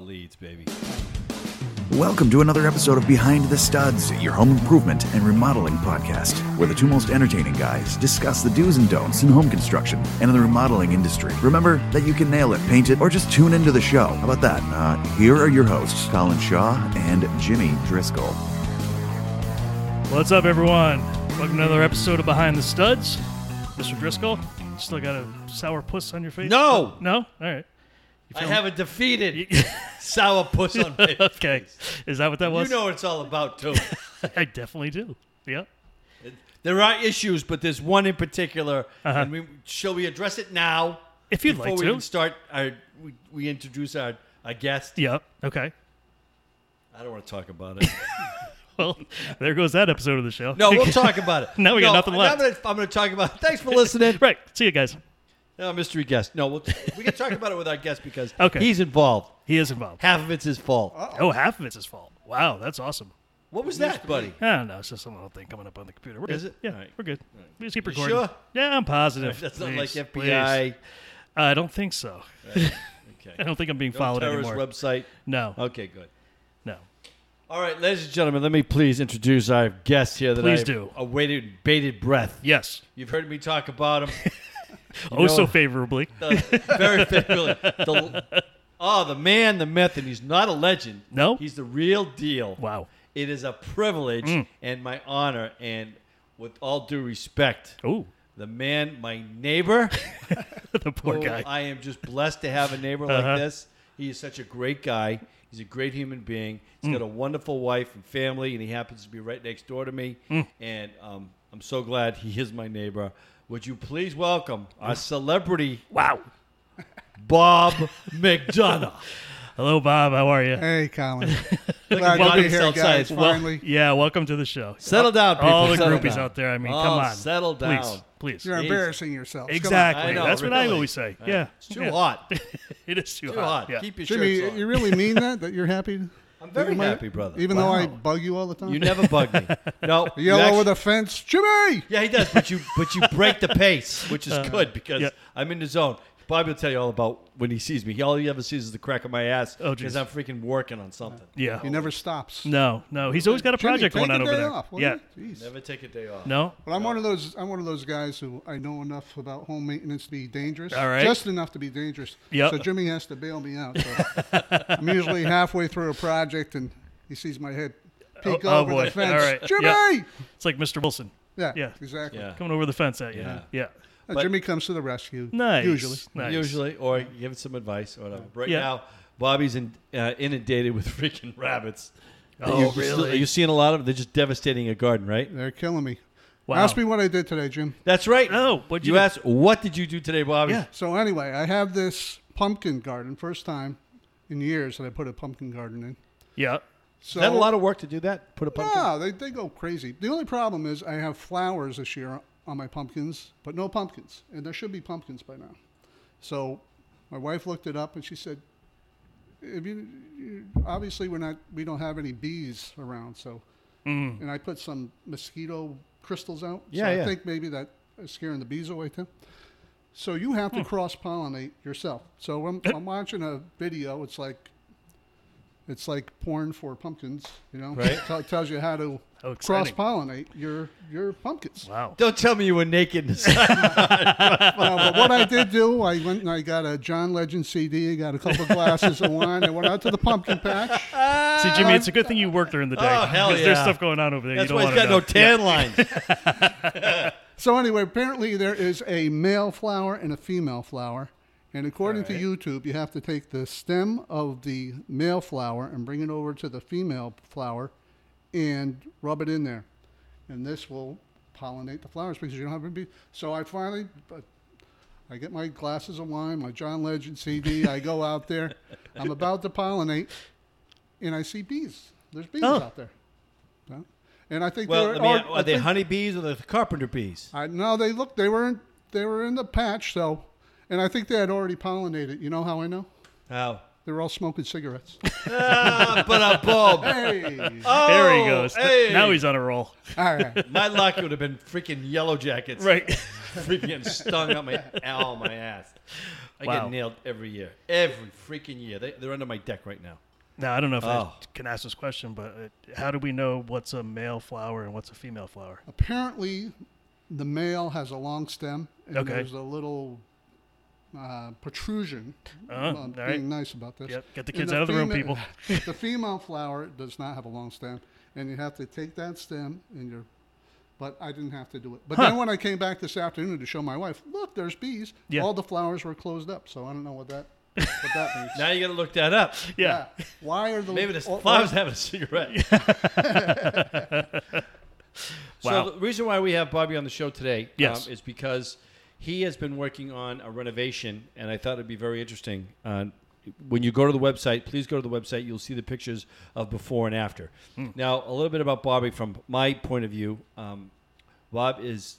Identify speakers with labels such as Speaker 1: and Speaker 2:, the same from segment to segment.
Speaker 1: leads, baby.
Speaker 2: Welcome to another episode of Behind the Studs, your home improvement and remodeling podcast, where the two most entertaining guys discuss the do's and don'ts in home construction and in the remodeling industry. Remember that you can nail it, paint it, or just tune into the show. How about that? Uh, here are your hosts, Colin Shaw and Jimmy Driscoll.
Speaker 3: What's up, everyone? Welcome to another episode of Behind the Studs. Mr. Driscoll, still got a sour puss on your face?
Speaker 1: No!
Speaker 3: No? All right.
Speaker 1: I have a defeated sourpuss on my
Speaker 3: Okay. Is that what that
Speaker 1: You
Speaker 3: was?
Speaker 1: know what it's all about, too.
Speaker 3: I definitely do. Yeah.
Speaker 1: there are issues, but there's one in particular. And we, shall we address it now?
Speaker 3: Uh-huh. If you'd
Speaker 1: before
Speaker 3: like
Speaker 1: we
Speaker 3: to.
Speaker 1: even start, our, we, we introduce our, our guest.
Speaker 3: Yeah. Okay.
Speaker 1: I don't want to talk about it.
Speaker 3: Well, there goes that episode of the show.
Speaker 1: No, we'll talk about it.
Speaker 3: Now we got
Speaker 1: No,
Speaker 3: nothing left.
Speaker 1: I'm gonna- I'm going to talk about Thanks for listening.
Speaker 3: Right. See you guys.
Speaker 1: No, mystery guest. No, we'll, we can talk about it with our guest because
Speaker 3: Okay.
Speaker 1: he's involved.
Speaker 3: He is involved.
Speaker 1: Half of it's his fault.
Speaker 3: Oh, half of it's his fault. Wow, that's awesome.
Speaker 1: What was that, buddy?
Speaker 3: I don't know. It's just some little thing coming up on the computer. We're good.
Speaker 1: Is it?
Speaker 3: Yeah,
Speaker 1: All right.
Speaker 3: we're good. We just keep recording.
Speaker 1: sure?
Speaker 3: Yeah, I'm positive.
Speaker 1: That's
Speaker 3: Please,
Speaker 1: not like
Speaker 3: please.
Speaker 1: FBI.
Speaker 3: I don't think so. I
Speaker 1: Okay.
Speaker 3: don't think I'm being
Speaker 1: No
Speaker 3: followed
Speaker 1: terrorist
Speaker 3: anymore.
Speaker 1: website.
Speaker 3: no,
Speaker 1: Okay, good.
Speaker 3: no.
Speaker 1: All right, ladies and gentlemen, let me please introduce our guest here that
Speaker 3: Please
Speaker 1: I've
Speaker 3: do.
Speaker 1: awaited with bated breath.
Speaker 3: Yes.
Speaker 1: You've heard me talk about him
Speaker 3: oh, so
Speaker 1: know-
Speaker 3: favorably.
Speaker 1: uh, very favorably. The, oh, the man, the myth, and he's not a legend.
Speaker 3: No?
Speaker 1: He's the real deal.
Speaker 3: Wow. Mm.
Speaker 1: It is a privilege and my honor, and with all due respect,
Speaker 3: Oh,
Speaker 1: the man, my neighbor.
Speaker 3: the poor
Speaker 1: who
Speaker 3: guy.
Speaker 1: I am just blessed to have a neighbor
Speaker 3: Uh-huh.
Speaker 1: like this. He is such a great guy. He's a great human being.
Speaker 3: Mm.
Speaker 1: He's got a wonderful wife and family, and he happens to be right next door to me.
Speaker 3: Mm.
Speaker 1: And um, I'm so glad he is my neighbor. Would you please welcome
Speaker 3: Mm.
Speaker 1: our celebrity,
Speaker 3: wow.
Speaker 1: Bob McDonough?
Speaker 3: Hello, Bob. How are you?
Speaker 4: Hey, Colin.
Speaker 1: at
Speaker 4: Glad to
Speaker 1: Welcome
Speaker 4: be here,
Speaker 1: South
Speaker 4: guys.
Speaker 1: Side. Well-
Speaker 4: Finally,
Speaker 3: Yeah, welcome to the show.
Speaker 1: Settle down, people.
Speaker 3: All the
Speaker 1: Settle
Speaker 3: groupies
Speaker 1: down.
Speaker 3: out there. I mean,
Speaker 1: Oh,
Speaker 3: come on.
Speaker 1: Settle down.
Speaker 3: Please,
Speaker 4: you're
Speaker 3: please.
Speaker 4: embarrassing yourself.
Speaker 3: Exactly.
Speaker 1: I know,
Speaker 3: That's what I
Speaker 1: really.
Speaker 3: always say.
Speaker 1: I-
Speaker 3: Yeah.
Speaker 1: It's too
Speaker 3: Yeah.
Speaker 1: hot.
Speaker 3: It is too,
Speaker 1: Too hot.
Speaker 3: Yeah.
Speaker 1: Keep your
Speaker 4: Jimmy,
Speaker 1: shirts on.
Speaker 4: you really mean that? That you're happy?
Speaker 1: I'm very happy, brother.
Speaker 4: Even though I
Speaker 1: Wow.
Speaker 4: bug you all the time.
Speaker 1: You never bug me. No. you
Speaker 4: yell
Speaker 1: actually-
Speaker 4: over the fence, Jimmy.
Speaker 1: Yeah, he does, but you but you break the pace, which is good because
Speaker 3: Uh, yeah.
Speaker 1: I'm in the zone. Bobby will tell you all about when he sees me. He all he ever sees is the crack of my ass
Speaker 3: Oh,
Speaker 1: because
Speaker 3: geez.
Speaker 1: I'm freaking working on something.
Speaker 3: yeah.
Speaker 4: He never stops.
Speaker 3: No, no. He's always got a
Speaker 4: Jimmy,
Speaker 3: project
Speaker 4: take
Speaker 3: going on
Speaker 4: a
Speaker 3: over
Speaker 4: day
Speaker 3: there.
Speaker 4: off, will
Speaker 3: yeah.
Speaker 4: you? Jeez.
Speaker 1: Never take a day off.
Speaker 3: No.
Speaker 4: But I'm one of those. I'm one of those guys who I know enough about home maintenance to be dangerous.
Speaker 3: All right.
Speaker 4: Just enough to be dangerous.
Speaker 3: Yep.
Speaker 4: So Jimmy has to bail me out. So I'm usually halfway through a project and he sees my head peek
Speaker 3: Oh- oh,
Speaker 4: over
Speaker 3: boy.
Speaker 4: the fence.
Speaker 3: All right.
Speaker 4: Jimmy.
Speaker 3: Yeah. It's like Mr. Wilson
Speaker 4: Yeah.
Speaker 3: Yeah.
Speaker 4: Exactly.
Speaker 1: Yeah.
Speaker 3: coming over the fence at you.
Speaker 1: Yeah.
Speaker 3: Yeah.
Speaker 4: Uh,
Speaker 1: But-
Speaker 4: Jimmy comes to the rescue.
Speaker 3: Nice.
Speaker 4: Usually.
Speaker 3: Nice.
Speaker 1: Usually, or give it some advice or whatever. Right
Speaker 3: Yeah.
Speaker 1: now, Bobby's in, uh, inundated with freaking rabbits.
Speaker 3: Oh,
Speaker 1: you, you still-
Speaker 3: really?
Speaker 1: are you seeing a lot of? They're just devastating your garden, right?
Speaker 4: They're killing me.
Speaker 3: Wow.
Speaker 4: Ask me what I did today, Jim.
Speaker 1: That's right.
Speaker 3: Oh, what'd you
Speaker 1: you
Speaker 3: do?
Speaker 1: asked? What did you do today, Bobby?
Speaker 3: Yeah.
Speaker 4: So anyway, I have this pumpkin garden. First time in years that I put a pumpkin garden in.
Speaker 3: Yeah.
Speaker 4: So
Speaker 1: Is that a lot of work to do that? Put a pumpkin.
Speaker 4: No, they, they go crazy. The only problem is I have flowers this year on my pumpkins, but no pumpkins, and there should be pumpkins by now. So my wife looked it up and she said, "If you, you obviously we're not we don't have any bees around, so and I put some mosquito crystals out.
Speaker 1: Mm. Yeah,
Speaker 4: so
Speaker 1: yeah.
Speaker 4: I think maybe that is scaring the bees away too. So you have
Speaker 3: Hmm.
Speaker 4: to cross pollinate yourself. So I'm, I'm watching a video. It's like it's like porn for pumpkins. You know,
Speaker 1: Right.
Speaker 4: Tell- tells you how to
Speaker 3: How
Speaker 4: cross
Speaker 3: exciting.
Speaker 4: pollinate your your pumpkins.
Speaker 3: Wow.
Speaker 1: Don't tell me you were naked.
Speaker 4: Uh, but what I did do, I went and I got a John Legend CD. I got a couple glasses of wine. I went out to the pumpkin patch.
Speaker 3: See, Jimmy, it's a good thing you work during the day.
Speaker 1: Oh, hell
Speaker 3: 'cause There's
Speaker 1: yeah.
Speaker 3: stuff going on over there.
Speaker 1: That's
Speaker 3: you
Speaker 1: why
Speaker 3: don't
Speaker 1: he's
Speaker 3: wanna
Speaker 1: got no
Speaker 3: know.
Speaker 1: tan lines.
Speaker 4: So anyway, apparently there is a male flower and a female flower, and according to YouTube, you have to take the stem of the male flower and bring it over to the female flower, and rub it in there, and this will pollinate the flowers because you don't have any. bee- So I finally, but I get my glasses of wine, my John Legend CD. I go out there, I'm about to pollinate, and I see bees. There's bees
Speaker 3: Oh.
Speaker 4: out there. Yeah. And I think
Speaker 1: Well,
Speaker 4: they're-
Speaker 1: I mean,
Speaker 4: or-
Speaker 1: are
Speaker 4: I
Speaker 1: they
Speaker 4: think-
Speaker 1: honeybees or the carpenter bees?
Speaker 4: I no, they looked. They were in. They were in the patch. So, and I think they had already pollinated. You know how I know?
Speaker 1: How?
Speaker 4: They were all smoking cigarettes.
Speaker 1: Ah, but a bulb.
Speaker 4: hey, all
Speaker 1: Oh,
Speaker 3: There he goes.
Speaker 1: hey.
Speaker 3: Now he's on a roll.
Speaker 4: right.
Speaker 1: My luck would have been freaking yellow jackets.
Speaker 3: Right.
Speaker 1: Freaking stung on my, ow, my ass. I
Speaker 3: Wow.
Speaker 1: get nailed every year, every freaking year. They, they're under my deck right now.
Speaker 3: Now I don't know if
Speaker 1: Oh.
Speaker 3: I can ask this question, but uh, how do we know what's a male flower and what's a female flower?
Speaker 4: Apparently, the male has a long stem, and
Speaker 3: Okay.
Speaker 4: there's a little uh, protrusion.
Speaker 3: Uh,
Speaker 4: I'm
Speaker 3: all
Speaker 4: being
Speaker 3: right.
Speaker 4: nice about this.
Speaker 3: Yep, get the
Speaker 4: And
Speaker 3: kids out of the room,
Speaker 4: female-
Speaker 3: people.
Speaker 4: the female flower does not have a long stem, and you have to take that stem and you're. But I didn't have to do it. But then when I came back this afternoon to show my wife, look, there's bees.
Speaker 3: Yeah.
Speaker 4: All the flowers were closed up, so I don't know what that what that means.
Speaker 1: Now you got to look that up.
Speaker 3: Yeah.
Speaker 4: Why are the
Speaker 1: Maybe the
Speaker 4: all-
Speaker 1: flowers having a cigarette.
Speaker 3: Wow.
Speaker 1: So the reason why we have Bobby on the show today um,
Speaker 3: Yes.
Speaker 1: is because he has been working on a renovation, and I thought it'd be very interesting. Uh, when you go to the website, please go to the website. You'll see the pictures of before and after.
Speaker 3: Hmm.
Speaker 1: Now, a little bit about Bobby from my point of view. Um, Bob is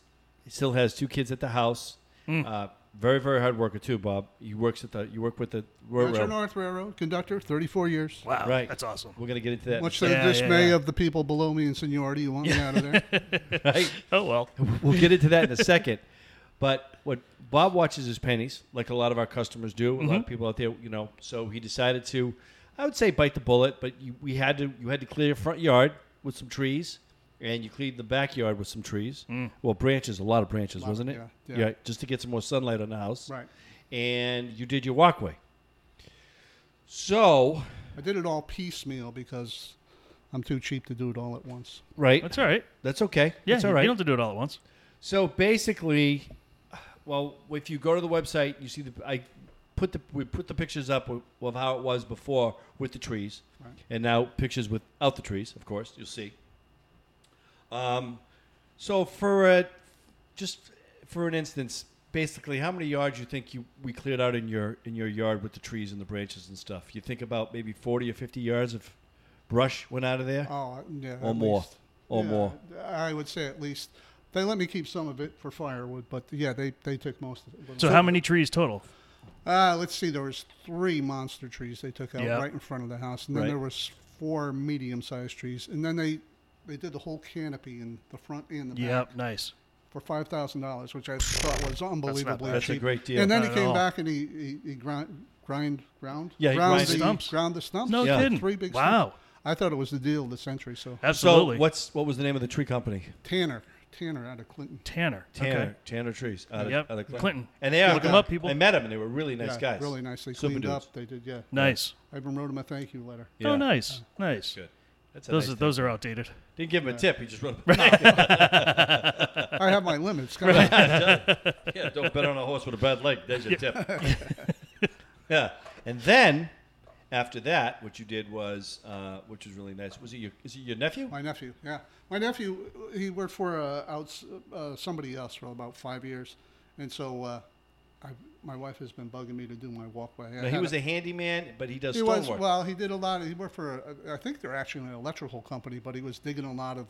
Speaker 1: still has two kids at the house.
Speaker 3: Hmm.
Speaker 1: Uh, very very hard worker too, Bob. You works at the you work with the
Speaker 4: Metro
Speaker 1: railroad.
Speaker 4: North Railroad conductor, 34 years.
Speaker 3: Wow,
Speaker 1: Right.
Speaker 3: that's awesome.
Speaker 1: We're gonna get into that.
Speaker 4: Much to
Speaker 3: Yeah,
Speaker 4: the dismay
Speaker 3: yeah, yeah.
Speaker 4: of the people below me in seniority, you want me out of there?
Speaker 1: right?
Speaker 3: Oh well,
Speaker 1: we'll get into that in a second. But what Bob watches is pennies, like a lot of our customers do, a
Speaker 3: Mm-hmm.
Speaker 1: lot of people out there, you know. So he decided to, I would say, bite the bullet. But you, we had to, you had to clear your front yard with some trees, and you cleared the backyard with some trees.
Speaker 3: Mm.
Speaker 1: Well, branches, a lot of branches, wasn't it?
Speaker 4: yeah, yeah.
Speaker 1: just to get some more sunlight on the house.
Speaker 4: Right.
Speaker 1: And you did your walkway. So,
Speaker 4: I did it all piecemeal because I'm too cheap to do it all at once.
Speaker 1: right,
Speaker 3: that's
Speaker 1: that's,
Speaker 3: all right.
Speaker 1: okay.
Speaker 3: Yeah,
Speaker 1: that's
Speaker 3: you-
Speaker 1: all right.
Speaker 3: You don't have to do it all at once.
Speaker 1: So basically, well, if you go to the website, you see the I put the we put the pictures up of- of how it was before with the trees, and now pictures without the trees. Of course, you'll see. Um, so for a, just for an instance, basically, how many yards you think you we cleared out in your in your yard with the trees and the branches and stuff? You think about maybe forty or fifty yards of brush went out of there,
Speaker 4: Oh, yeah.
Speaker 1: or
Speaker 4: at
Speaker 1: more,
Speaker 4: least.
Speaker 1: or
Speaker 4: Yeah,
Speaker 1: more.
Speaker 4: I would say at least. They let me keep some of it for firewood, but yeah, they, they took most of it.
Speaker 3: So, how many trees total?
Speaker 4: Uh, let's see, there was three monster trees they took out
Speaker 3: Yeah.
Speaker 4: right in front of the house, and then
Speaker 1: Right.
Speaker 4: there was four medium-sized trees, and then they they did the whole canopy in the front and the back.
Speaker 3: Yep, nice.
Speaker 4: for five thousand dollars, which I thought was unbelievably
Speaker 3: bad.
Speaker 1: That's a
Speaker 4: cheap.
Speaker 1: great deal.
Speaker 4: And then he
Speaker 3: Not at
Speaker 4: came
Speaker 3: all.
Speaker 4: back and he, he, he grind, grind, ground,
Speaker 1: Yeah, he
Speaker 4: ground
Speaker 1: grinds
Speaker 4: the
Speaker 3: stumps.
Speaker 4: ground the stumps.
Speaker 3: No
Speaker 1: Yeah.
Speaker 3: kidding.
Speaker 4: three big.
Speaker 3: wow,
Speaker 4: Stumps. I thought it was the deal of the century. So
Speaker 3: absolutely.
Speaker 1: So what's what was the name of the tree company?
Speaker 4: Tanner, Tanner out of Clinton,
Speaker 3: Tanner? Okay.
Speaker 1: Tanner, Tanner Trees. Out of,
Speaker 3: Yep,
Speaker 1: out of Clinton.
Speaker 3: Clinton.
Speaker 1: And they are.
Speaker 3: Look 'em up, people.
Speaker 1: I met them, and they were really nice
Speaker 4: yeah,
Speaker 1: guys.
Speaker 4: really nicely
Speaker 1: Super
Speaker 4: cleaned
Speaker 1: dudes.
Speaker 4: up. They did, yeah.
Speaker 3: Nice.
Speaker 4: I even wrote him a thank you letter.
Speaker 1: Yeah.
Speaker 3: Oh, nice, nice.
Speaker 1: Good. That's a
Speaker 3: Those
Speaker 1: nice
Speaker 3: are those are outdated.
Speaker 1: thing. Didn't give him a tip. He just wrote.
Speaker 4: I have my limits. Come on.
Speaker 1: yeah, don't bet on a horse with a bad leg. There's your tip. yeah. And then after that, what you did was, uh, which was really nice. Was it your is it your nephew?
Speaker 4: My nephew, yeah. My nephew, he worked for uh, outs, uh, somebody else for about five years, and so uh, I, my wife has been bugging me to do my walkway.
Speaker 1: No,
Speaker 4: I
Speaker 1: he
Speaker 4: had
Speaker 1: was
Speaker 4: a-
Speaker 1: a handyman, but he does
Speaker 4: He was
Speaker 1: stonework.
Speaker 4: well. He did a lot. Of, he worked for a- I think they're actually an electrical company, but he was digging a lot of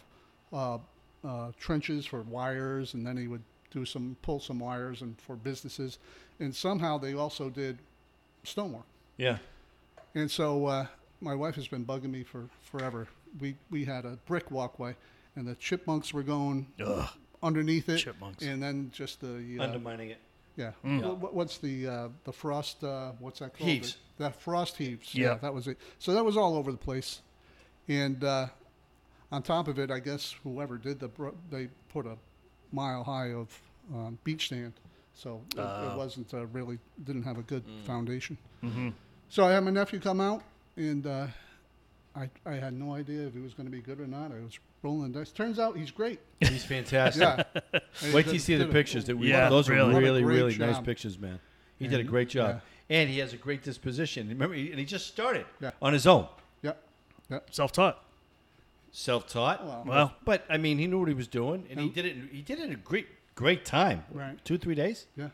Speaker 4: uh, uh, trenches for wires, and then he would do some pull some wires and for businesses, and somehow they also did stonework.
Speaker 1: yeah.
Speaker 4: And so uh, my wife has been bugging me for forever. We we had a brick walkway, and the chipmunks were going underneath it,
Speaker 3: Chipmunks.
Speaker 4: and then just the uh,
Speaker 1: Undermining it.
Speaker 4: yeah. Wh- wh- What's the uh, the frost? Uh, what's that called?
Speaker 1: Mm. Heaves.
Speaker 4: The, the frost heaves.
Speaker 3: Yeah.
Speaker 4: Yeah. that was it. So that was all over the place, and uh, on top of it, I guess whoever did the bro- they put a mile high of um, beach sand, so it,
Speaker 1: Oh.
Speaker 4: it wasn't uh, really didn't have a good
Speaker 1: Mm.
Speaker 4: foundation.
Speaker 1: Mm-hmm.
Speaker 4: So I had my nephew come out, and uh, I I had no idea if he was going to be good or not. I was rolling dice. Turns out he's great.
Speaker 1: He's fantastic.
Speaker 4: Yeah.
Speaker 1: Wait till you see the
Speaker 4: Did a-
Speaker 1: pictures that we.
Speaker 3: Yeah,
Speaker 1: those
Speaker 3: really.
Speaker 1: were
Speaker 4: What a
Speaker 1: really,
Speaker 4: great
Speaker 1: really nice
Speaker 4: job.
Speaker 1: pictures, man. He did a great job, and he has a great disposition. Remember, he- and he just started
Speaker 4: Yeah.
Speaker 1: on his own,
Speaker 4: Yep. Yep.
Speaker 3: Self-taught.
Speaker 1: self-taught.
Speaker 3: Well,
Speaker 1: But I mean, he knew what he was doing, and he did it. He did it in a great, great time.
Speaker 4: Right.
Speaker 1: Two, three days.
Speaker 4: Yeah.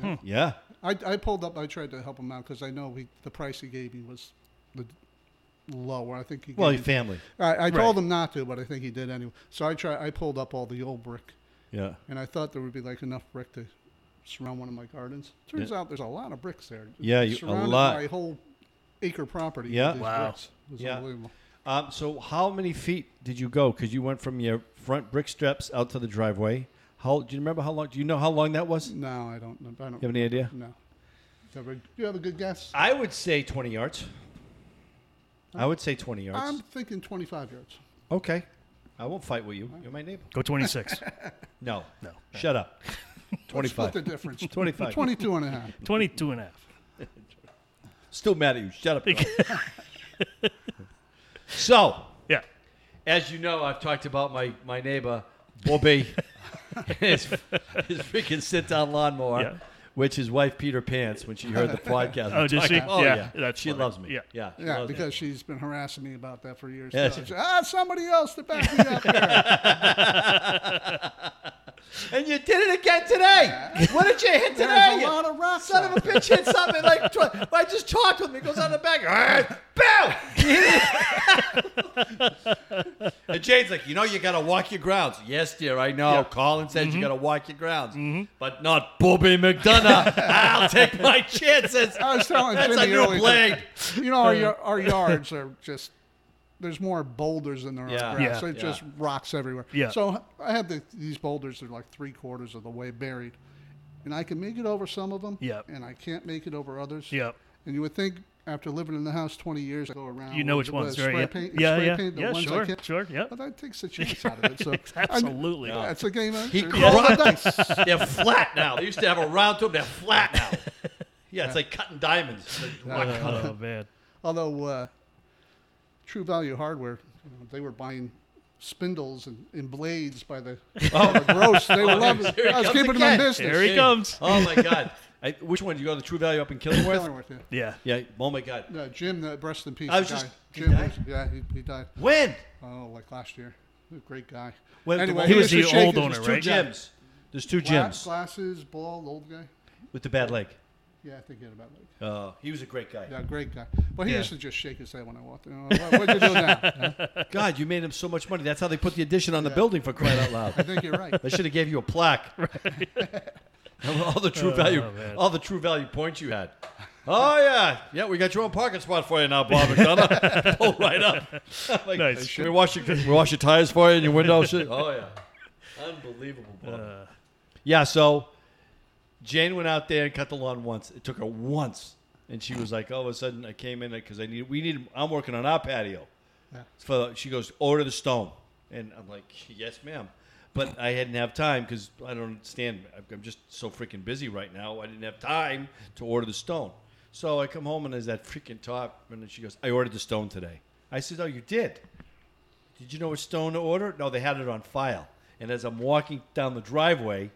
Speaker 3: Hmm.
Speaker 1: Yeah.
Speaker 4: I, I pulled up. I tried to help him out because I know he, the price he gave me was the lower. I think he.
Speaker 1: Well, your
Speaker 4: gave me-
Speaker 1: family.
Speaker 4: I, I told him not to, but I think he did anyway. So I try. I pulled up all the old brick,
Speaker 1: Yeah.
Speaker 4: and I thought there would be like enough brick to surround one of my gardens. Turns out there's a lot of bricks there.
Speaker 1: Yeah, you- a
Speaker 4: Surrounded
Speaker 1: lot.
Speaker 4: My whole acre property. with
Speaker 1: Yeah.
Speaker 4: these
Speaker 3: Wow.
Speaker 4: bricks. It was
Speaker 1: Yeah.
Speaker 4: unbelievable.
Speaker 1: Um, so, how many feet did you go? Because you went from your front brick steps out to the driveway. How do you remember how long? Do you know how long that was? You
Speaker 4: No, I don't. know- I don't.
Speaker 1: have any idea?
Speaker 4: No. covered. Do you have a good guess?
Speaker 1: I would say 20 yards. I would say 20 yards.
Speaker 4: I'm thinking 25 yards.
Speaker 1: okay. I won't fight with you. You're my neighbor.
Speaker 3: Go 26.
Speaker 1: No. No. Shut up.
Speaker 4: Split
Speaker 1: 25.
Speaker 4: the difference.
Speaker 1: 25.
Speaker 4: 22 and a half.
Speaker 3: 22 and a half.
Speaker 1: Still mad at you. Shut up. so,
Speaker 3: Yeah.
Speaker 1: as you know, I've talked about my, my neighbor, Bobby, and his, his freaking sit down lawnmower,
Speaker 3: Yeah.
Speaker 1: which his wife, Peter Pants, when she heard the podcast.
Speaker 3: Oh, did
Speaker 1: talked
Speaker 3: she?
Speaker 1: about- Oh,
Speaker 3: Yeah,
Speaker 1: yeah.
Speaker 3: that's
Speaker 1: she
Speaker 3: funny.
Speaker 1: loves me.
Speaker 3: Yeah.
Speaker 1: Yeah. she
Speaker 4: Yeah,
Speaker 1: loves me.
Speaker 4: because she's been harassing me about that for years.
Speaker 1: Yeah,
Speaker 4: now.
Speaker 1: she-
Speaker 4: She- ah, somebody else to back me up here.
Speaker 1: And you did it again today. What did you hit today?
Speaker 4: There's a
Speaker 1: you
Speaker 4: lot of rocks.
Speaker 1: Son of a
Speaker 4: out there.
Speaker 1: bitch hit something like tw- I just talked with him. He goes on the back. "Arr, Boom! and Jane's like, you know, you gotta walk your grounds. Yes, dear, I know. Colin says you gotta walk your grounds, but not Bobby McDonough. I'll take my chances.
Speaker 4: I was telling
Speaker 1: That's a
Speaker 4: Jimmy
Speaker 1: new
Speaker 4: earlier-
Speaker 1: blade.
Speaker 4: You know, our, yar- our yards are just there's more boulders than there
Speaker 1: Yeah.
Speaker 4: are grass.
Speaker 3: Yeah.
Speaker 4: It just
Speaker 1: Yeah.
Speaker 4: rocks everywhere.
Speaker 3: Yeah.
Speaker 4: So I have the, these boulders that are like three quarters of the way buried, and I can make it over some of them.
Speaker 3: Yep.
Speaker 4: And I can't make it over others.
Speaker 3: Yep.
Speaker 4: And you would think after living in the house 20 years, I go around.
Speaker 3: You know
Speaker 4: Uh, with
Speaker 3: which ones,
Speaker 4: the
Speaker 3: right?
Speaker 4: Spray
Speaker 3: Yeah.
Speaker 4: paint,
Speaker 3: Yeah,
Speaker 4: spray
Speaker 3: yeah.
Speaker 4: paint the
Speaker 3: Yeah,
Speaker 4: ones I
Speaker 3: sure,
Speaker 4: can't-
Speaker 3: sure, yep.
Speaker 4: But that takes a chance out of it. So I,
Speaker 3: Absolutely.
Speaker 4: that's a game.
Speaker 1: He
Speaker 4: I-
Speaker 1: rolled
Speaker 4: I-
Speaker 1: the dice. They're flat now. They used to have a round to them. They're flat now. Yeah, it's like cutting diamonds. It's like rock cut-
Speaker 3: Oh, man.
Speaker 4: Although uh, True Value Hardware, you know, they were buying spindles and, and blades by the, by the gross. They were loving.
Speaker 1: here
Speaker 4: I was
Speaker 1: comes
Speaker 4: keeping them
Speaker 1: again.
Speaker 4: in business.
Speaker 3: Here he comes.
Speaker 1: Oh my god. I, which one? Did you go to the True Value up in Killingworth?
Speaker 4: Killingworth,
Speaker 3: Yeah.
Speaker 4: yeah.
Speaker 1: Yeah. Oh my god.
Speaker 4: No, Uh, Jim, the rest in peace.
Speaker 1: I was
Speaker 4: the
Speaker 1: just-
Speaker 4: guy.
Speaker 1: he
Speaker 4: Jim
Speaker 1: died?
Speaker 4: was- yeah, he, he died.
Speaker 1: When?
Speaker 4: Oh, like last year. He was a great guy.
Speaker 1: Well,
Speaker 4: anyway,
Speaker 1: he
Speaker 3: was the
Speaker 4: shaking
Speaker 3: old
Speaker 4: his
Speaker 3: owner,
Speaker 4: two
Speaker 1: Two
Speaker 3: right?
Speaker 4: gla-
Speaker 1: gyms. There's two gyms
Speaker 4: Glasses, bald, old guy.
Speaker 1: with the bad leg.
Speaker 4: Yeah, I think he had about like.
Speaker 1: Uh, he was a great guy.
Speaker 4: Yeah, great guy. But he
Speaker 1: Yeah.
Speaker 4: used to just shake his head when I walked in. Oh, What, what you do now? Huh?
Speaker 1: God, you made him so much money. That's how they put the addition on the building for crying out
Speaker 4: I
Speaker 1: loud.
Speaker 4: think you're right.
Speaker 1: They should have gave you a plaque. all the true value,
Speaker 3: Oh, man.
Speaker 1: all the true value points you had. Oh yeah, yeah. We got your own parking spot for you now, Bob and Donna. Pull right up. Like,
Speaker 3: Nice.
Speaker 1: Can we wash your can we wash your tires for you and your windows? oh yeah, unbelievable, Bob. Yeah, so Jane went out there and cut the lawn once. It took her once, and she was like, all of a sudden, I came in because I need we need. I'm working on our patio. For she goes order the stone, and I'm like, yes, ma'am. But I didn't have time because I don't understand. I'm- I'm just so freaking busy right now. I didn't have time to order the stone. So I come home and there's that freaking top, and then she goes, I ordered the stone today. I said, oh, you did. Did you know what stone to order? No, they had it on file. And as I'm walking down the driveway,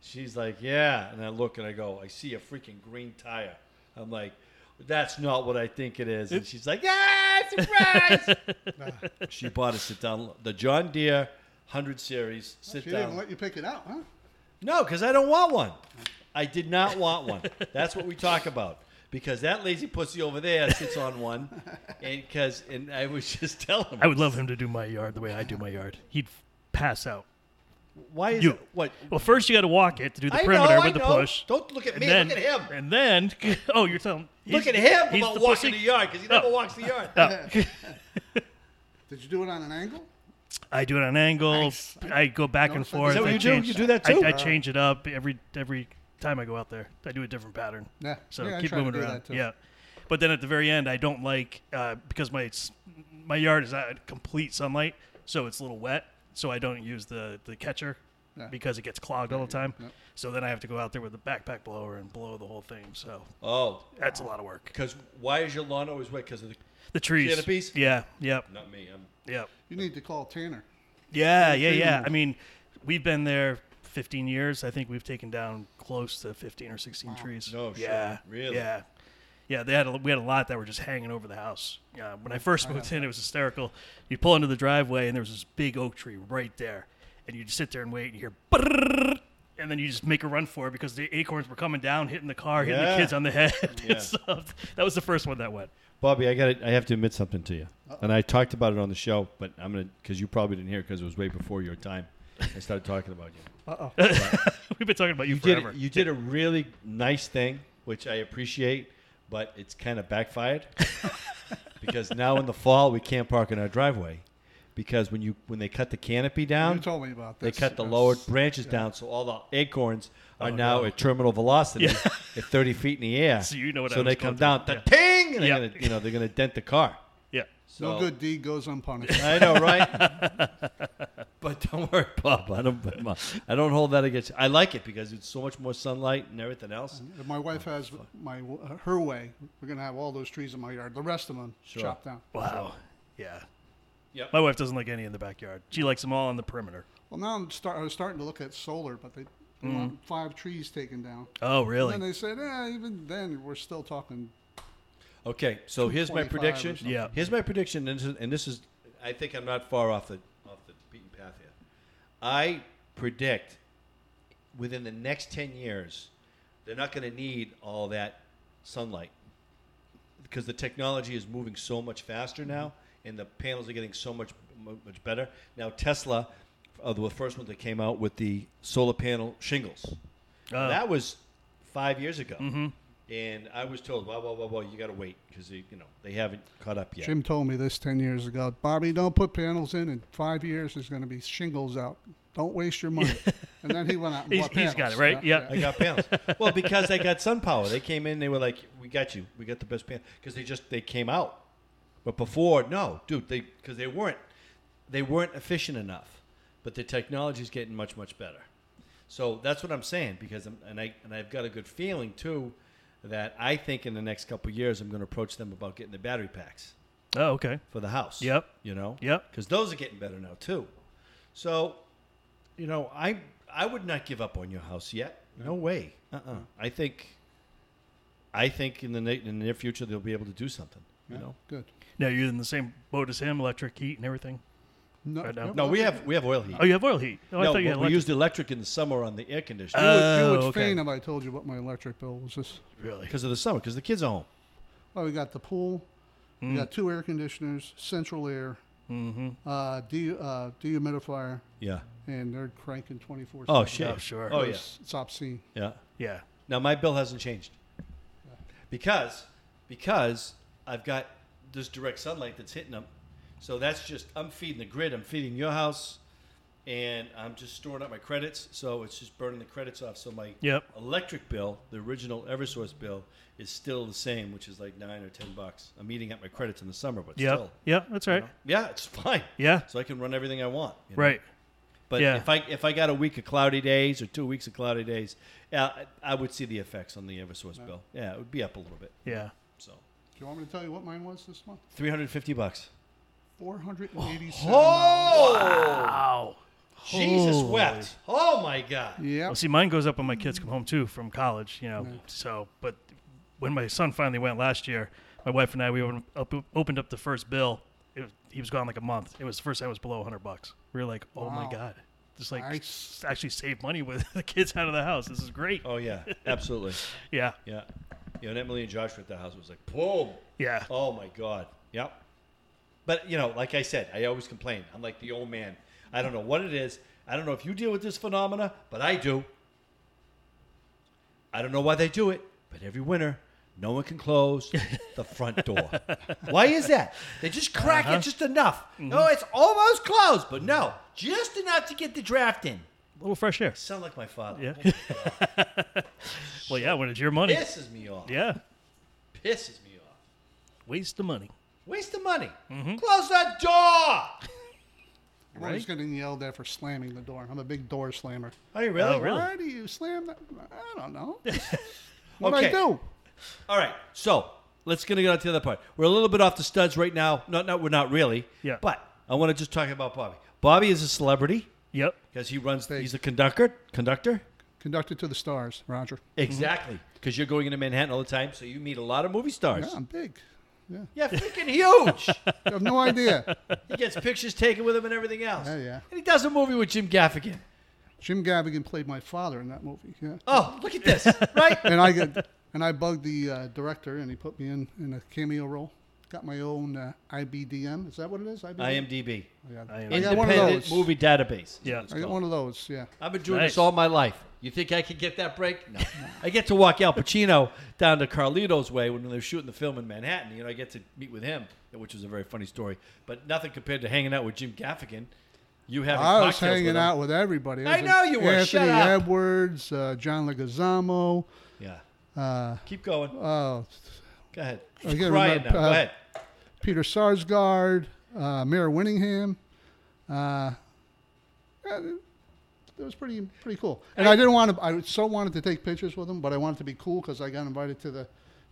Speaker 1: she's like, Yeah. And I look and I go, I see a freaking green tire. I'm like, That's not what I think it is. And she's like, Yeah, surprise. she bought a sit down, the John Deere 100 Series sit
Speaker 4: Oh, She
Speaker 1: down.
Speaker 4: didn't let you pick it out, huh?
Speaker 1: No, because I don't want one. I did not want one. That's what we talk about. Because that lazy pussy over there sits on one, and because and I was just telling him,
Speaker 3: I would love him to do my yard the way I do my yard. He'd f- pass out.
Speaker 1: why is
Speaker 3: you-
Speaker 1: it what
Speaker 3: Well, first you got to walk it to do the
Speaker 1: I know,
Speaker 3: perimeter
Speaker 1: I
Speaker 3: with the
Speaker 1: know.
Speaker 3: push.
Speaker 1: Don't look at
Speaker 3: and
Speaker 1: me.
Speaker 3: then,
Speaker 1: look at him.
Speaker 3: And then, oh, you're telling
Speaker 1: Look
Speaker 3: he's-
Speaker 1: at him
Speaker 3: he's
Speaker 1: about
Speaker 3: the
Speaker 1: walking
Speaker 3: pussy? Oh.
Speaker 1: the yard because he never walks the yard.
Speaker 4: Did you do it on an angle?
Speaker 3: I do it on angles. I go back and
Speaker 4: Notice that-
Speaker 3: forth.
Speaker 4: Is that what
Speaker 3: I
Speaker 1: you do?
Speaker 3: change-
Speaker 1: You do that
Speaker 3: I-
Speaker 1: too?
Speaker 3: I, change it up every every time I go out there. I do a different pattern.
Speaker 4: Yeah.
Speaker 3: So
Speaker 4: Yeah, I
Speaker 3: keep
Speaker 4: try to
Speaker 3: moving
Speaker 4: do
Speaker 3: around.
Speaker 4: that too.
Speaker 3: Yeah. But then at the very end, I don't like uh, because my s- my yard is not complete sunlight, so it's a little wet. So I don't use the the catcher
Speaker 4: Yeah.
Speaker 3: because it gets clogged all the time. So then I have to go out there with the backpack blower and blow the whole thing. So
Speaker 1: Oh,
Speaker 3: that's a lot of work.
Speaker 1: because why is your lawn always wet? Because of the
Speaker 3: The trees.
Speaker 1: Canopies?
Speaker 3: Yeah. Yep.
Speaker 1: not me. I'm
Speaker 3: Yep.
Speaker 4: You need to call Tanner.
Speaker 3: Yeah, yeah,
Speaker 4: tree
Speaker 3: yeah.
Speaker 4: removal.
Speaker 3: I mean, we've been there 15 years. I think we've taken down close to 15 or 16 trees.
Speaker 1: No shit.
Speaker 3: yeah,
Speaker 1: Really?
Speaker 3: Yeah, yeah. They had a, we had a lot that were just hanging over the house. Yeah, when I first moved in, it was hysterical. You pull into the driveway, and there was this big oak tree right there, and you just sit there and wait, and you hear. "Brrrr," And then you just make a run for it because the acorns were coming down, hitting the car, hitting
Speaker 1: Yeah.
Speaker 3: the kids on the head. and
Speaker 1: Yeah.
Speaker 3: stuff. That was the first one that went.
Speaker 1: Bobby. I got. I have to admit something to you, and I talked about it on the show, but I'm gonna because you probably didn't hear because it was way before your time. I started talking about you.
Speaker 3: We've been talking about you,
Speaker 1: You
Speaker 3: forever.
Speaker 1: did. You did a really nice thing, which I appreciate, but it's kind of backfired because now in the fall we can't park in our driveway because when you when they cut the canopy down,
Speaker 4: You told me about
Speaker 1: they
Speaker 4: this.
Speaker 1: cut the
Speaker 4: Yes.
Speaker 1: lower branches down, so all the acorns
Speaker 3: Oh,
Speaker 1: are now at terminal velocity at 30 feet in the air.
Speaker 3: So you know what I
Speaker 1: So they
Speaker 3: was
Speaker 1: come
Speaker 3: going
Speaker 1: down,
Speaker 3: through.
Speaker 1: the ting, and they're
Speaker 3: Yeah.
Speaker 1: gonna, you know, they're gonna dent the car.
Speaker 3: Yeah.
Speaker 1: So,
Speaker 4: No good deed goes unpunished.
Speaker 1: I know, right? but don't worry, Bob. I don't. uh, I don't hold that against. you. I like it because it's so much more sunlight and everything else.
Speaker 4: my wife has my her way. We're gonna have all those trees in my yard. The rest of them chopped down.
Speaker 3: Wow. Yeah.
Speaker 1: Yep.
Speaker 3: My wife doesn't like any in the backyard. She likes them all on the perimeter.
Speaker 4: Well, now I'm start. I was starting to look at solar, but they, they want five trees taken down.
Speaker 3: Oh, Mm-hmm. really?
Speaker 4: And they said, eh, even then, we're still talking.
Speaker 1: Okay, so here's my
Speaker 4: 225 or
Speaker 1: prediction.
Speaker 4: something.
Speaker 3: Yeah.
Speaker 1: Here's my prediction, and this, is, and this is, I think I'm not far off the off the beaten path here. I predict within the next ten years, they're not going to need all that sunlight because the technology is moving so much faster
Speaker 3: Mm-hmm.
Speaker 1: now, and the panels are getting so much mu- much better. Now Tesla, are the first ones that came out with the solar panel shingles.
Speaker 3: Oh. Mm-hmm.
Speaker 1: That was five years ago, and I was told, "Well, well, well, well, you got to wait because you know they haven't caught up yet."
Speaker 4: Jim told me this ten years ago. Bobby, don't put panels in. In five years, there's gonna be shingles out. Don't waste your money. and then he went out and
Speaker 3: He's-
Speaker 4: bought
Speaker 3: he's got
Speaker 4: panels.
Speaker 3: it, right? Yep.
Speaker 4: Yeah,
Speaker 1: I got panels. well, because they got sun power. They came in. They were like, "We got you. We got the best panels." Because they just they came out. But before, no, dude, they because they weren't they weren't efficient enough. But the technology is getting much much better. So that's what I'm saying because I'm, and I and I've got a good feeling too that I think in the next couple of years I'm going to approach them about getting the battery packs.
Speaker 3: Oh, okay.
Speaker 1: for the house.
Speaker 3: Yep.
Speaker 1: You know.
Speaker 3: Yep.
Speaker 1: Because those are getting better now too. So, you know, I I would not give up on your house yet. No way. Uh.
Speaker 3: Uh-uh.
Speaker 1: uh I think. I think in the na- in the near future they'll be able to do something. You know.
Speaker 4: Good.
Speaker 3: Now you're in the same boat as him, electric heat and everything.
Speaker 4: No,
Speaker 3: Right now.
Speaker 4: no,
Speaker 1: No, we have we have oil heat.
Speaker 3: Oh, you have oil heat. Oh, I
Speaker 1: no,
Speaker 3: thought you
Speaker 1: but
Speaker 3: had
Speaker 1: we
Speaker 3: electric.
Speaker 1: used electric in the summer on the air conditioner
Speaker 4: You would, you would
Speaker 3: Oh, okay.
Speaker 4: faint if I told you what my electric bill was. This.
Speaker 3: really?
Speaker 1: because of the summer because the kids are home.
Speaker 4: Well, we got the pool.
Speaker 1: Mm.
Speaker 4: We got two air conditioners, central air, mm-hmm. uh, de- uh, dehumidifier,
Speaker 1: Yeah.
Speaker 4: and they're cranking 24
Speaker 1: Oh shit.
Speaker 3: Oh, sure.
Speaker 1: Oh yeah.
Speaker 4: It's, it's obscene.
Speaker 1: Yeah.
Speaker 3: Yeah.
Speaker 1: Now my bill hasn't changed because because I've got this direct sunlight that's hitting them. So that's just I'm feeding the grid. I'm feeding your house, and I'm just storing up my credits. So it's just burning the credits off. So my
Speaker 3: Yep.
Speaker 1: electric bill, the original EverSource bill, is still the same, which is like nine or ten bucks. I'm eating up my credits in the summer, but
Speaker 3: Yeah.
Speaker 1: still,
Speaker 3: Yeah. That's right.
Speaker 1: yeah, it's fine.
Speaker 3: Yeah.
Speaker 1: So I can run everything I want. you know?
Speaker 3: Right.
Speaker 1: But
Speaker 3: Yeah.
Speaker 1: if I if I got a week of cloudy days or two weeks of cloudy days, uh, I- I would see the effects on the EverSource bill. Yeah, it would be up a little bit.
Speaker 3: Yeah.
Speaker 1: So
Speaker 4: Do you want me to tell you what mine was this month?
Speaker 1: three hundred fifty bucks.
Speaker 4: Four hundred and eighty-seven.
Speaker 1: Oh,
Speaker 3: Wow.
Speaker 1: Jesus
Speaker 3: Holy.
Speaker 1: wept. Oh my God.
Speaker 4: Yeah.
Speaker 3: Well, see, mine goes up when my kids come home too from college, you know. So, but when my son finally went last year, my wife and I we opened up, opened up the first bill. It was, he was gone like a month. It was the first time it was below 100 bucks. We were like, oh my
Speaker 4: Wow.
Speaker 3: god, just like
Speaker 4: Nice.
Speaker 3: actually save money with the kids out of the house. This is great.
Speaker 1: Oh yeah, absolutely.
Speaker 3: Yeah,
Speaker 1: Yeah, you know, and Emily and Josh were at the house. It was like boom.
Speaker 3: yeah,
Speaker 1: Oh my God. Yep. But you know, like I said, I always complain. I'm like the old man. I don't know what it is. I don't know if you deal with this phenomena, but I do. I don't know why they do it, but every winter, no one can close the front door. why is that? They just crack
Speaker 3: Uh-huh.
Speaker 1: it just enough.
Speaker 3: Mm-hmm.
Speaker 1: No, it's almost closed, but no, just enough to get the draft in.
Speaker 3: a little fresh air.
Speaker 1: Sound like my father.
Speaker 3: Yeah.
Speaker 1: Oh.
Speaker 3: Well, yeah, when it's your money,
Speaker 1: Pisses me off.
Speaker 3: yeah,
Speaker 1: Pisses me off.
Speaker 3: waste the money.
Speaker 1: Waste of money. Close that door.
Speaker 4: I was getting yelled at for slamming the door. I'm a big door slammer.
Speaker 1: Are you really?
Speaker 3: Oh, really?
Speaker 4: Why do you slam that? I don't know. what I
Speaker 1: Okay.
Speaker 4: do?
Speaker 1: All right. So let's gonna get on to the other part. We're a little bit off the studs right now. No, no, we're not really.
Speaker 3: Yeah.
Speaker 1: But I want to just talk about Bobby. Bobby is a celebrity
Speaker 3: Yep.
Speaker 1: because he runs.
Speaker 4: Big. Mm-hmm.
Speaker 1: He's a conductor. Conductor.
Speaker 4: Conducted to the stars, Roger.
Speaker 1: Exactly. Because you're going into Manhattan all the time, so you meet a lot of movie stars.
Speaker 4: Yeah, I'm big. Yeah.
Speaker 1: Yeah, freaking huge.
Speaker 4: You have no idea.
Speaker 1: he gets pictures taken with him and everything else.
Speaker 4: Yeah, yeah.
Speaker 1: And he does a movie with Jim Gaffigan.
Speaker 4: Jim Gaffigan played my father in that movie. Yeah.
Speaker 1: Oh, look at this, right?
Speaker 4: and I get and I bugged the uh, director, and he put me in in a cameo role. Got my own uh, IBDM. Is that what it is? IBDM?
Speaker 1: IMDb.
Speaker 4: Oh, Yeah.
Speaker 3: I am-
Speaker 4: I got one of
Speaker 1: Independent
Speaker 4: those.
Speaker 1: Movie Database.
Speaker 3: Yeah.
Speaker 1: It's
Speaker 4: I got
Speaker 1: called.
Speaker 4: one of those. Yeah.
Speaker 1: I've been doing
Speaker 3: Nice.
Speaker 1: this all my life. You think I could get that break? No. I get to walk Al Pacino down to Carlito's Way when they were shooting the film in Manhattan. You know, I get to meet with him, which was a very funny story. But nothing compared to hanging out with Jim Gaffigan. You having
Speaker 4: I was
Speaker 1: cocktails with
Speaker 4: hanging
Speaker 1: him.
Speaker 4: out with everybody. It
Speaker 1: I
Speaker 4: was
Speaker 1: know you were.
Speaker 4: Anthony
Speaker 1: Shut up.
Speaker 4: Edwards, uh, John Leguizamo.
Speaker 1: Yeah.
Speaker 4: Uh,
Speaker 1: Keep going.
Speaker 4: oh,
Speaker 1: Go ahead.
Speaker 4: I can't
Speaker 1: Ryan,
Speaker 4: remember-
Speaker 1: now.
Speaker 4: uh,
Speaker 1: Go ahead.
Speaker 4: Peter Sarsgaard, uh, Mayor Winningham. Uh, yeah, it was pretty pretty cool. And I, didn't want to. I so wanted to take pictures with them, but I wanted to be cool because I got invited to the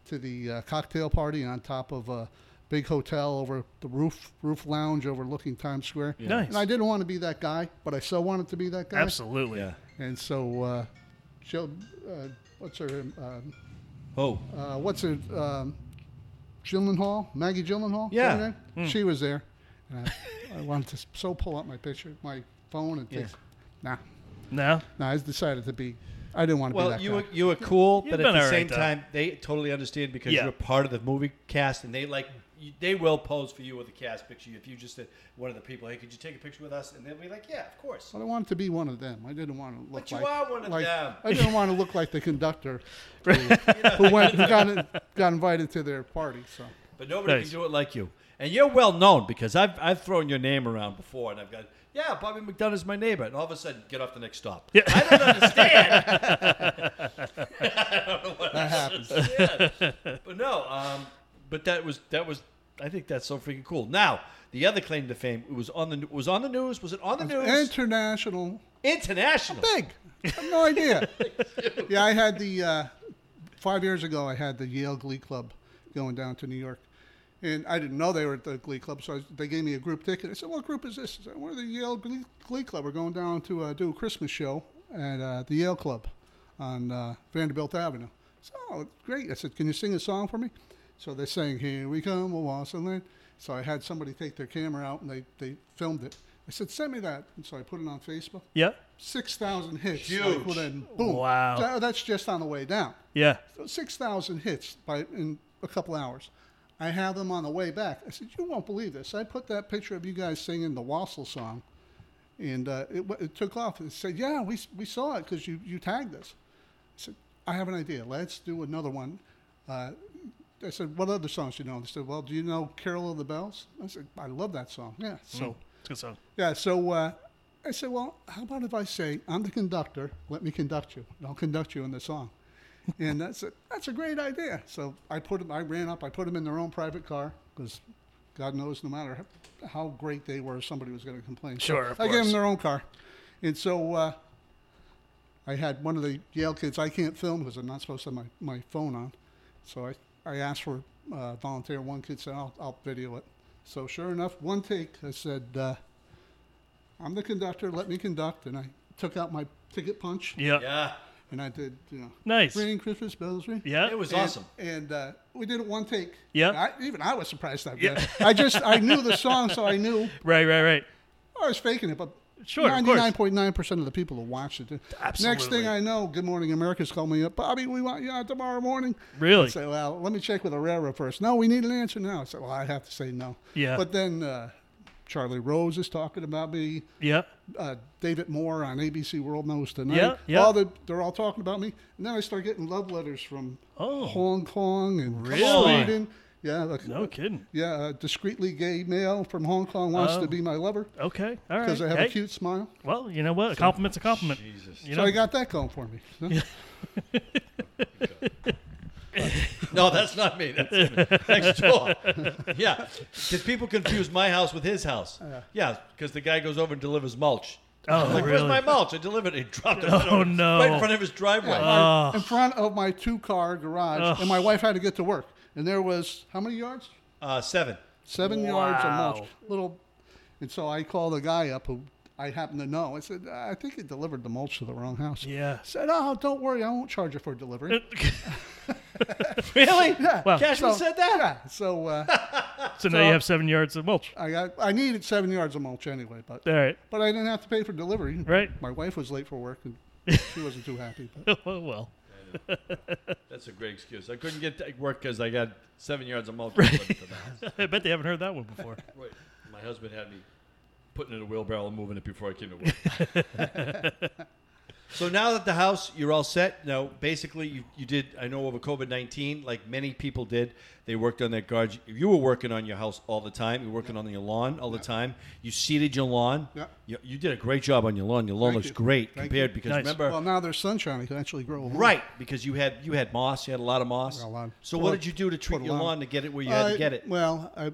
Speaker 4: to the uh, cocktail party on top of a big hotel over the roof roof lounge overlooking Times Square.
Speaker 3: Nice.
Speaker 4: And I didn't want to be that guy, but I so wanted to be that guy.
Speaker 3: Absolutely.
Speaker 1: Yeah.
Speaker 4: And so, uh, Jill, uh, what's her, um,
Speaker 1: Oh,
Speaker 4: uh, what's her, um, Gyllenhaal, Maggie Gyllenhaal. is that her
Speaker 1: Yeah. Hmm.
Speaker 4: name? she was there. And I, I wanted to s- so pull up my picture, my phone, and take, nah,
Speaker 3: No.
Speaker 4: nah. I decided to be. I didn't want to be
Speaker 1: well,
Speaker 4: that
Speaker 1: you
Speaker 4: guy.
Speaker 1: were, you were cool,
Speaker 3: You've
Speaker 1: but
Speaker 3: been
Speaker 1: at the
Speaker 3: all
Speaker 1: same
Speaker 3: right, though.
Speaker 1: time, they totally understand because
Speaker 3: Yeah.
Speaker 1: you're part of the movie cast, and they like you- they will pose for you with a cast picture if you just said one of the people, hey, could you take a picture with us? And they'll be like, yeah, of course.
Speaker 4: but I wanted to be one of them. I didn't want to look
Speaker 1: But you
Speaker 4: like.
Speaker 1: are one of
Speaker 4: like-
Speaker 1: them.
Speaker 4: I didn't want to look like the conductor who, who went, who got, in- got invited to their party. So
Speaker 1: But nobody
Speaker 3: Nice.
Speaker 1: can do it like you, and you're well known because I've I've thrown your name around before, and I've got. Yeah, Bobby McDonough's my neighbor, and all of a sudden, get off the next stop. Yeah. I don't understand.
Speaker 4: that happens.
Speaker 1: but no, um, but that was that was. I think that's so freaking cool. Now, the other claim to fame it was on the it was on the news. Was it on the news?
Speaker 4: International
Speaker 1: International.
Speaker 4: big. I have no idea. yeah, I had the uh, five years ago. I had the Yale Glee Club going down to New York, and I didn't know they were at the Glee Club, so I, they gave me a group ticket. I said, "What group is this?" I said, "We're the Yale Glee, Glee Club. We're going down to uh, do a Christmas show at uh, the Yale Club on uh, Vanderbilt Avenue." So oh, great. I said, "Can you sing a song for me?" So they sang, "Here we come, a waltzing land." So I had somebody take their camera out and they, they filmed it. I said, "Send me that," and so I put it on Facebook
Speaker 3: Yeah.
Speaker 4: six thousand hits.
Speaker 1: Huge.
Speaker 4: Like within, boom.
Speaker 3: Wow.
Speaker 4: Tha- that's just on the way down.
Speaker 3: Yeah.
Speaker 4: So six thousand hits by in a couple hours. I have them on the way back. I said, "You won't believe this." I put that picture of you guys singing the Wassel song, and uh, it, w- it took off. It said, "Yeah, we s- we saw it because you you tagged us." I said, "I have an idea. Let's do another one." Uh, I said, "What other songs do you know?" They said, "Well, do you know Carol of the Bells?" I said, "I love that song." Yeah. So.
Speaker 1: Oh.
Speaker 3: It's a good song.
Speaker 4: Yeah, so uh, I said, well, how about if I say, I'm the conductor, let me conduct you, and I'll conduct you in the song. And that's a, that's a great idea. So I put 'em- I ran up, I put them in their own private car, because God knows, no matter how, how great they were, somebody was going to complain. So
Speaker 3: Sure, of
Speaker 4: I gave
Speaker 3: course.
Speaker 4: them their own car. And so uh, I had one of the Yale kids, I can't film because I'm not supposed to have my, my phone on. So I, I asked for uh, volunteer. One kid said, I'll, I'll video it. So sure enough, one take, I said, uh, I'm the conductor, let me conduct. And I took out my ticket punch
Speaker 3: Yeah.
Speaker 1: Yeah,
Speaker 4: and I did, you know,
Speaker 3: Nice.
Speaker 4: ringing Christmas bells. Ring.
Speaker 3: Yeah.
Speaker 1: it was
Speaker 4: And-
Speaker 1: awesome.
Speaker 4: And uh, we did it one take.
Speaker 3: Yeah.
Speaker 4: And I, even I was surprised that yeah. I just, I knew the song, so I knew
Speaker 3: Right. Right. Right.
Speaker 4: I was faking it, but
Speaker 3: Sure, of course.
Speaker 4: 99.9% of the people who watched it. did. Next
Speaker 3: Absolutely.
Speaker 4: thing I know, Good Morning America's calling me up. Bobby, we want you on tomorrow morning.
Speaker 3: Really?
Speaker 4: I say, well, let me check with the railroad first. No, we need an answer now. I said, well, I have to say no.
Speaker 3: Yeah.
Speaker 4: But then uh, Charlie Rose is talking about me.
Speaker 3: Yeah.
Speaker 4: Uh, David Moore on ABC World Knows Tonight.
Speaker 3: Yeah, yeah.
Speaker 4: All the, they're all talking about me. And then I start getting love letters from
Speaker 3: Oh.
Speaker 4: Hong Kong and
Speaker 3: Really?
Speaker 4: Sweden. Yeah, like,
Speaker 3: No kidding.
Speaker 4: yeah, uh, discreetly gay male from Hong Kong wants
Speaker 3: Oh.
Speaker 4: to be my lover
Speaker 3: Okay. All right.
Speaker 4: because I have
Speaker 3: Hey,
Speaker 4: a cute smile.
Speaker 3: Well, you know what? A compliment's a compliment. You
Speaker 4: So
Speaker 3: know.
Speaker 4: I got that going for me. So-
Speaker 1: No, that's not me. That's him. next door. Yeah, because people confuse my house with his house. Yeah, because the guy goes over and delivers mulch.
Speaker 3: Oh,
Speaker 1: I'm like,
Speaker 3: really?
Speaker 1: where's my mulch? I delivered it. He dropped it.
Speaker 3: Oh,
Speaker 1: right over-
Speaker 3: no.
Speaker 1: Right in front of his driveway.
Speaker 3: Ah.
Speaker 4: my- in front of my two car garage, and my wife had to get to work. And there was how many yards?
Speaker 1: Uh, seven.
Speaker 4: Seven yards of mulch.
Speaker 3: Wow.
Speaker 4: Little, and so I called the guy up who I happen to know. I said, I think he delivered the mulch to the wrong house.
Speaker 3: Yeah.
Speaker 4: Said, oh, don't worry, I won't charge you for delivery.
Speaker 1: Uh, Really?
Speaker 3: Wow.
Speaker 1: Cashman
Speaker 4: So-
Speaker 1: said that.
Speaker 4: Yeah, so uh,
Speaker 3: So now you have seven yards of mulch.
Speaker 4: I got I needed seven yards of mulch anyway, but
Speaker 3: All right.
Speaker 4: but I didn't have to pay for delivery.
Speaker 3: Right.
Speaker 4: My wife was late for work and she wasn't too happy. But
Speaker 3: Oh, well, well.
Speaker 1: That's a great excuse. I couldn't get to work because I got seven yards of mulch. Right. For the house.
Speaker 3: I bet they haven't heard that one before.
Speaker 1: right. My husband had me putting it in a wheelbarrow and moving it before I came to work. so now that the house, you're all set. Now, basically, you, you did, I know over COVID 19, like many people did, they worked on their garage. You were working on your house all the time. You were working on your lawn all the time. You seeded your lawn.
Speaker 4: Yeah.
Speaker 1: You, you did a great job on your lawn. Your lawn
Speaker 4: Thank
Speaker 1: looks
Speaker 4: you.
Speaker 1: great
Speaker 4: Thank
Speaker 1: compared
Speaker 4: you.
Speaker 1: because
Speaker 3: Nice.
Speaker 1: remember.
Speaker 4: Well, now there's sunshine. I can actually grow. a lawn.
Speaker 1: Right, because you had you had moss, you had a lot of moss.
Speaker 4: Got a lot.
Speaker 1: So
Speaker 4: Well,
Speaker 1: what did you do to treat
Speaker 4: put a
Speaker 1: your
Speaker 4: lot-
Speaker 1: lawn to get it where you had
Speaker 4: I-
Speaker 1: to get it?
Speaker 4: Uh, Well, I, a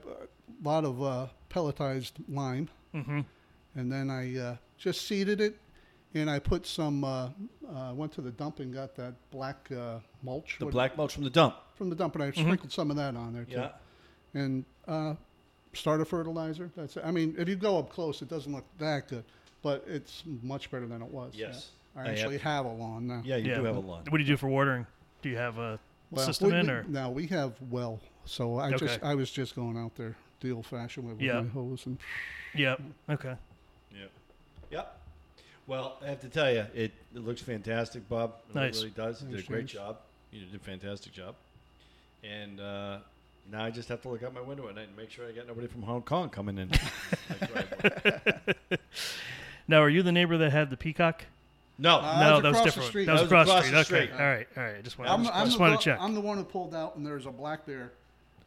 Speaker 4: lot of uh, pelletized lime,
Speaker 1: Mm-hmm.
Speaker 4: and then I uh, just seeded it, and I put some. Uh, uh, went to the dump and got that black uh, mulch.
Speaker 1: The
Speaker 4: what-
Speaker 1: black mulch from the dump.
Speaker 4: from the dump, and
Speaker 3: Mm-hmm.
Speaker 4: I sprinkled some of that on there too.
Speaker 1: Yeah.
Speaker 4: And uh, starter fertilizer. That's. It. I mean, if you go up close, it doesn't look that good, but it's much better than it was. yeah.
Speaker 1: Yes.
Speaker 4: I,
Speaker 1: I have-
Speaker 4: actually have, a lawn now.
Speaker 1: Yeah, you
Speaker 3: yeah.
Speaker 1: do have a lawn.
Speaker 3: What do you do for watering? Do you have a
Speaker 4: Well,
Speaker 3: system
Speaker 4: we,
Speaker 3: in
Speaker 4: we-
Speaker 3: or?
Speaker 4: No, we have well. So I just
Speaker 3: Okay.
Speaker 4: I was just going out there the old fashioned way with
Speaker 3: Yeah.
Speaker 4: my hose and
Speaker 3: Yep. Okay.
Speaker 1: Yep. Yep. Well, I have to tell you, it, it looks fantastic, Bob.
Speaker 3: Nice.
Speaker 1: It really does. You did a
Speaker 4: Thanks,
Speaker 1: great
Speaker 4: James.
Speaker 1: job. You did a fantastic job. And uh, now I just have to look out my window at night and make sure I got nobody from Hong Kong coming in. my driveway.
Speaker 3: Now, are you the neighbor that had the peacock?
Speaker 1: no.
Speaker 4: Uh,
Speaker 3: no, that
Speaker 4: was
Speaker 3: was
Speaker 4: across the
Speaker 3: different.
Speaker 4: street.
Speaker 3: That was
Speaker 1: That was
Speaker 3: across the
Speaker 1: across
Speaker 3: street.
Speaker 1: the
Speaker 3: okay.
Speaker 1: street.
Speaker 3: All right. All right. Just wanted,
Speaker 4: I'm,
Speaker 3: just,
Speaker 4: I'm, the,
Speaker 3: wanted
Speaker 4: one-
Speaker 3: to check.
Speaker 4: I'm the one who pulled out, and there's a black bear.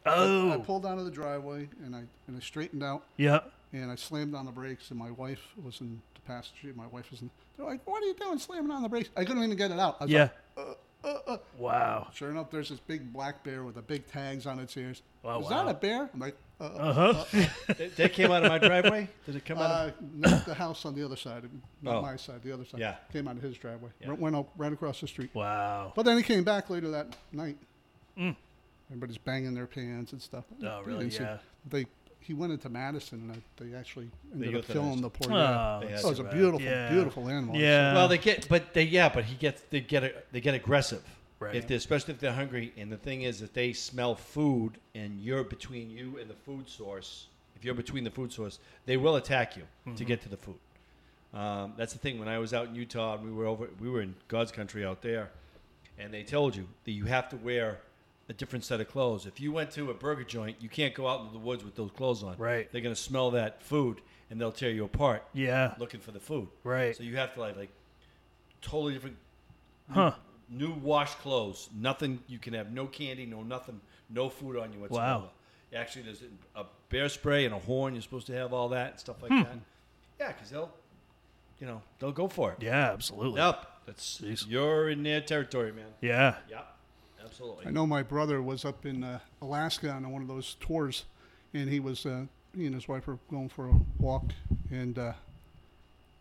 Speaker 3: oh.
Speaker 4: I pulled out of the driveway, and I and I straightened out,
Speaker 3: yeah.
Speaker 4: and I slammed on the brakes, and my wife was in the passenger. seat, My wife was in. They're like, "What are you doing, slamming on the brakes?" I couldn't even get it out. I was
Speaker 3: Yeah.
Speaker 4: like- uh,
Speaker 3: Wow.
Speaker 4: sure enough, there's this big black bear with the big tags on its ears.
Speaker 3: Wow,
Speaker 4: Is
Speaker 3: Oh, wow. Oh,
Speaker 4: that a bear? I'm like, uh, uh,
Speaker 1: That, that came out of my driveway? Did it come out of
Speaker 4: uh, no, the house on the other side, not
Speaker 1: Oh.
Speaker 4: my side, the other side.
Speaker 1: Yeah.
Speaker 4: came out of his driveway. Went up right across the street.
Speaker 3: Wow. Mm.
Speaker 4: But then he came back later that night. Everybody's banging their pans and stuff.
Speaker 3: Oh, really?
Speaker 4: And so
Speaker 3: Yeah.
Speaker 4: They he went into Madison and I, they actually ended up
Speaker 1: euthanized
Speaker 4: killing the poor.
Speaker 3: Oh,
Speaker 4: guy.
Speaker 3: that's
Speaker 4: so it's a
Speaker 3: too bad.
Speaker 4: beautiful,
Speaker 3: Yeah.
Speaker 4: beautiful animal.
Speaker 3: Yeah.
Speaker 1: well, they get, but they yeah, but he gets they get a- they get aggressive,
Speaker 3: Right.
Speaker 1: If they especially if they're hungry, and the thing is, if they smell food and you're between you and the food source, if you're between the food source, they will attack you to
Speaker 3: Mm-hmm.
Speaker 1: get to the food. Um, that's the thing. When I was out in Utah and we were over, we were in God's country out there, and they told you that you have to wear a different set of clothes. If you went to a burger joint, you can't go out into the woods with those clothes on.
Speaker 3: Right.
Speaker 1: They're gonna smell that food and they'll tear you apart
Speaker 3: Yeah.
Speaker 1: looking for the food.
Speaker 3: Right.
Speaker 1: So you have to like like totally different
Speaker 3: Huh.
Speaker 1: new wash clothes. Nothing you can have no candy, no nothing, no food on you whatsoever. Actually, there's a bear spray and a horn. You're supposed to have all that and stuff like that. Yeah, because they'll, you know, they'll go for it.
Speaker 3: Yeah. Absolutely.
Speaker 1: Yep. That's
Speaker 3: Jeez.
Speaker 1: you're in their territory, man.
Speaker 3: Yeah.
Speaker 1: Yep. Absolutely.
Speaker 4: I know my brother was up in uh, Alaska on one of those tours, and he was uh, he and his wife were going for a walk, and uh,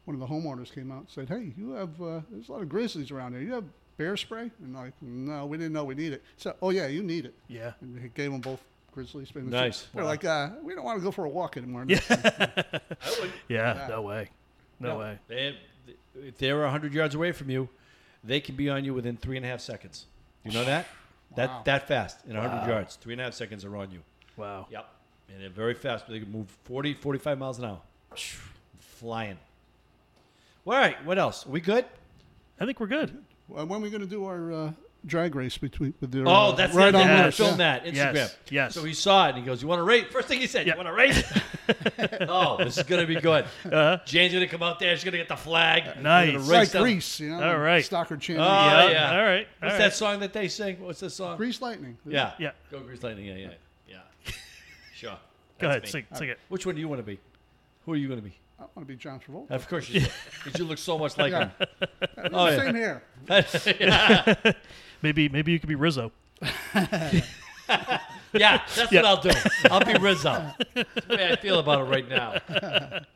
Speaker 4: one of the homeowners came out and said, "Hey, you have uh, there's a lot of grizzlies around here. You have bear spray?" And like, no, we didn't know we need it. So, oh yeah, you need it.
Speaker 3: Yeah.
Speaker 4: And he gave them both grizzly spray.
Speaker 1: Nice.
Speaker 4: They're
Speaker 1: Wow.
Speaker 4: like, uh, we don't want to go for a walk anymore. Yeah.
Speaker 1: I would-
Speaker 3: Yeah. No way. No,
Speaker 1: No.
Speaker 3: way.
Speaker 1: They, if they're 100 yards away from you, they can be on you within three and a half seconds. You know that?
Speaker 4: Wow.
Speaker 1: That that fast in 100 yards. Three and a half seconds are on you.
Speaker 3: Wow.
Speaker 1: Yep. And they're very fast. They can move 40, 45 miles an hour. Flying. Well, all right. What else? Are we good?
Speaker 3: I think we're good.
Speaker 4: when are we going to do our uh, drag race between? With their,
Speaker 1: Oh,
Speaker 4: uh,
Speaker 1: that's
Speaker 4: right
Speaker 1: it.
Speaker 4: on
Speaker 1: Yeah,
Speaker 4: Mars,
Speaker 1: Film
Speaker 4: yeah.
Speaker 1: that. Instagram.
Speaker 3: Yes, yes.
Speaker 1: So he saw it and he goes, You want to race? First thing he said,
Speaker 3: Yeah.
Speaker 1: You want to race? oh, this is going to be good. Jane's going to come out there. She's going to get the flag.
Speaker 3: Uh-huh.
Speaker 1: We're
Speaker 3: Nice.
Speaker 1: gonna
Speaker 4: It's like
Speaker 1: race them.
Speaker 4: Grease, you know.
Speaker 3: All right.
Speaker 4: Stockard Chandler.
Speaker 1: Oh,
Speaker 3: Yeah.
Speaker 1: yeah.
Speaker 3: All right.
Speaker 1: What's
Speaker 3: All
Speaker 1: that
Speaker 3: right.
Speaker 1: song that they sing? What's the song?
Speaker 4: Grease Lightning.
Speaker 1: Yeah.
Speaker 3: Yeah.
Speaker 1: Go Grease Lightning. Yeah, yeah, yeah. sure.
Speaker 3: Go
Speaker 1: That's
Speaker 3: ahead.
Speaker 1: me.
Speaker 3: Sing, sing it.
Speaker 1: Which one do you want to be? Who are you going to be?
Speaker 4: I want to be John Travolta.
Speaker 1: Of course you do. 'Cause you look so much like
Speaker 4: Yeah.
Speaker 1: him. Oh, yeah.
Speaker 4: Same here.
Speaker 3: Maybe maybe you could be Rizzo.
Speaker 1: Yeah, that's
Speaker 3: Yeah.
Speaker 1: what I'll do. I'll be Rizzo. That's the way I feel about it right now.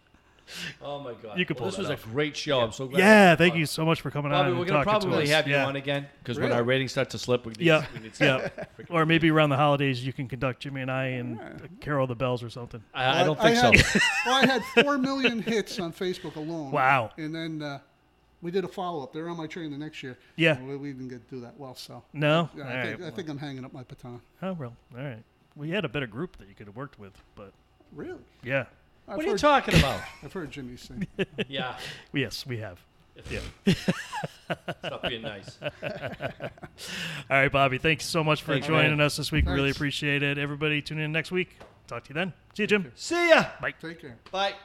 Speaker 1: Oh, my God.
Speaker 3: You could
Speaker 1: Well,
Speaker 3: pull
Speaker 1: This
Speaker 3: that
Speaker 1: was
Speaker 3: off.
Speaker 1: a great show. I'm so glad.
Speaker 3: Yeah. Thank you so much for coming
Speaker 1: Bobby,
Speaker 3: on.
Speaker 1: we're
Speaker 3: and
Speaker 1: going to
Speaker 3: talking to
Speaker 1: probably
Speaker 3: us.
Speaker 1: have
Speaker 3: Yeah.
Speaker 1: you on again because when
Speaker 4: Really?
Speaker 1: our ratings start to slip, we need,
Speaker 3: Yeah.
Speaker 1: we need to
Speaker 3: Yeah. Or maybe around the holidays you can conduct Jimmy and I and Carol the Bells or something.
Speaker 1: I, I don't think so.
Speaker 4: had, well, I had four million hits on Facebook alone.
Speaker 3: Wow.
Speaker 4: And then uh, we did a follow up. They were on my train the next year.
Speaker 3: Yeah.
Speaker 4: And we, we didn't get to do that well. So
Speaker 3: No.
Speaker 4: yeah,
Speaker 3: All
Speaker 4: I, think,
Speaker 3: right.
Speaker 4: I think I'm hanging up my baton.
Speaker 3: Oh well. All right. Well, you had a better group that you could have worked with, but
Speaker 4: Really?
Speaker 3: yeah.
Speaker 4: I've
Speaker 1: What are
Speaker 4: heard,
Speaker 1: you talking about?
Speaker 4: I've heard Jimmy sing.
Speaker 1: Yeah.
Speaker 3: Yes, we have. Yeah.
Speaker 1: Stop being nice.
Speaker 3: All right, Bobby, thanks so much for
Speaker 1: Thanks,
Speaker 3: joining
Speaker 1: man.
Speaker 3: us this week. We Really
Speaker 4: Thanks.
Speaker 3: appreciate it. Everybody, tune in next week. Talk to you then. See you, Jim.
Speaker 1: See ya.
Speaker 4: Take care.
Speaker 1: Bye.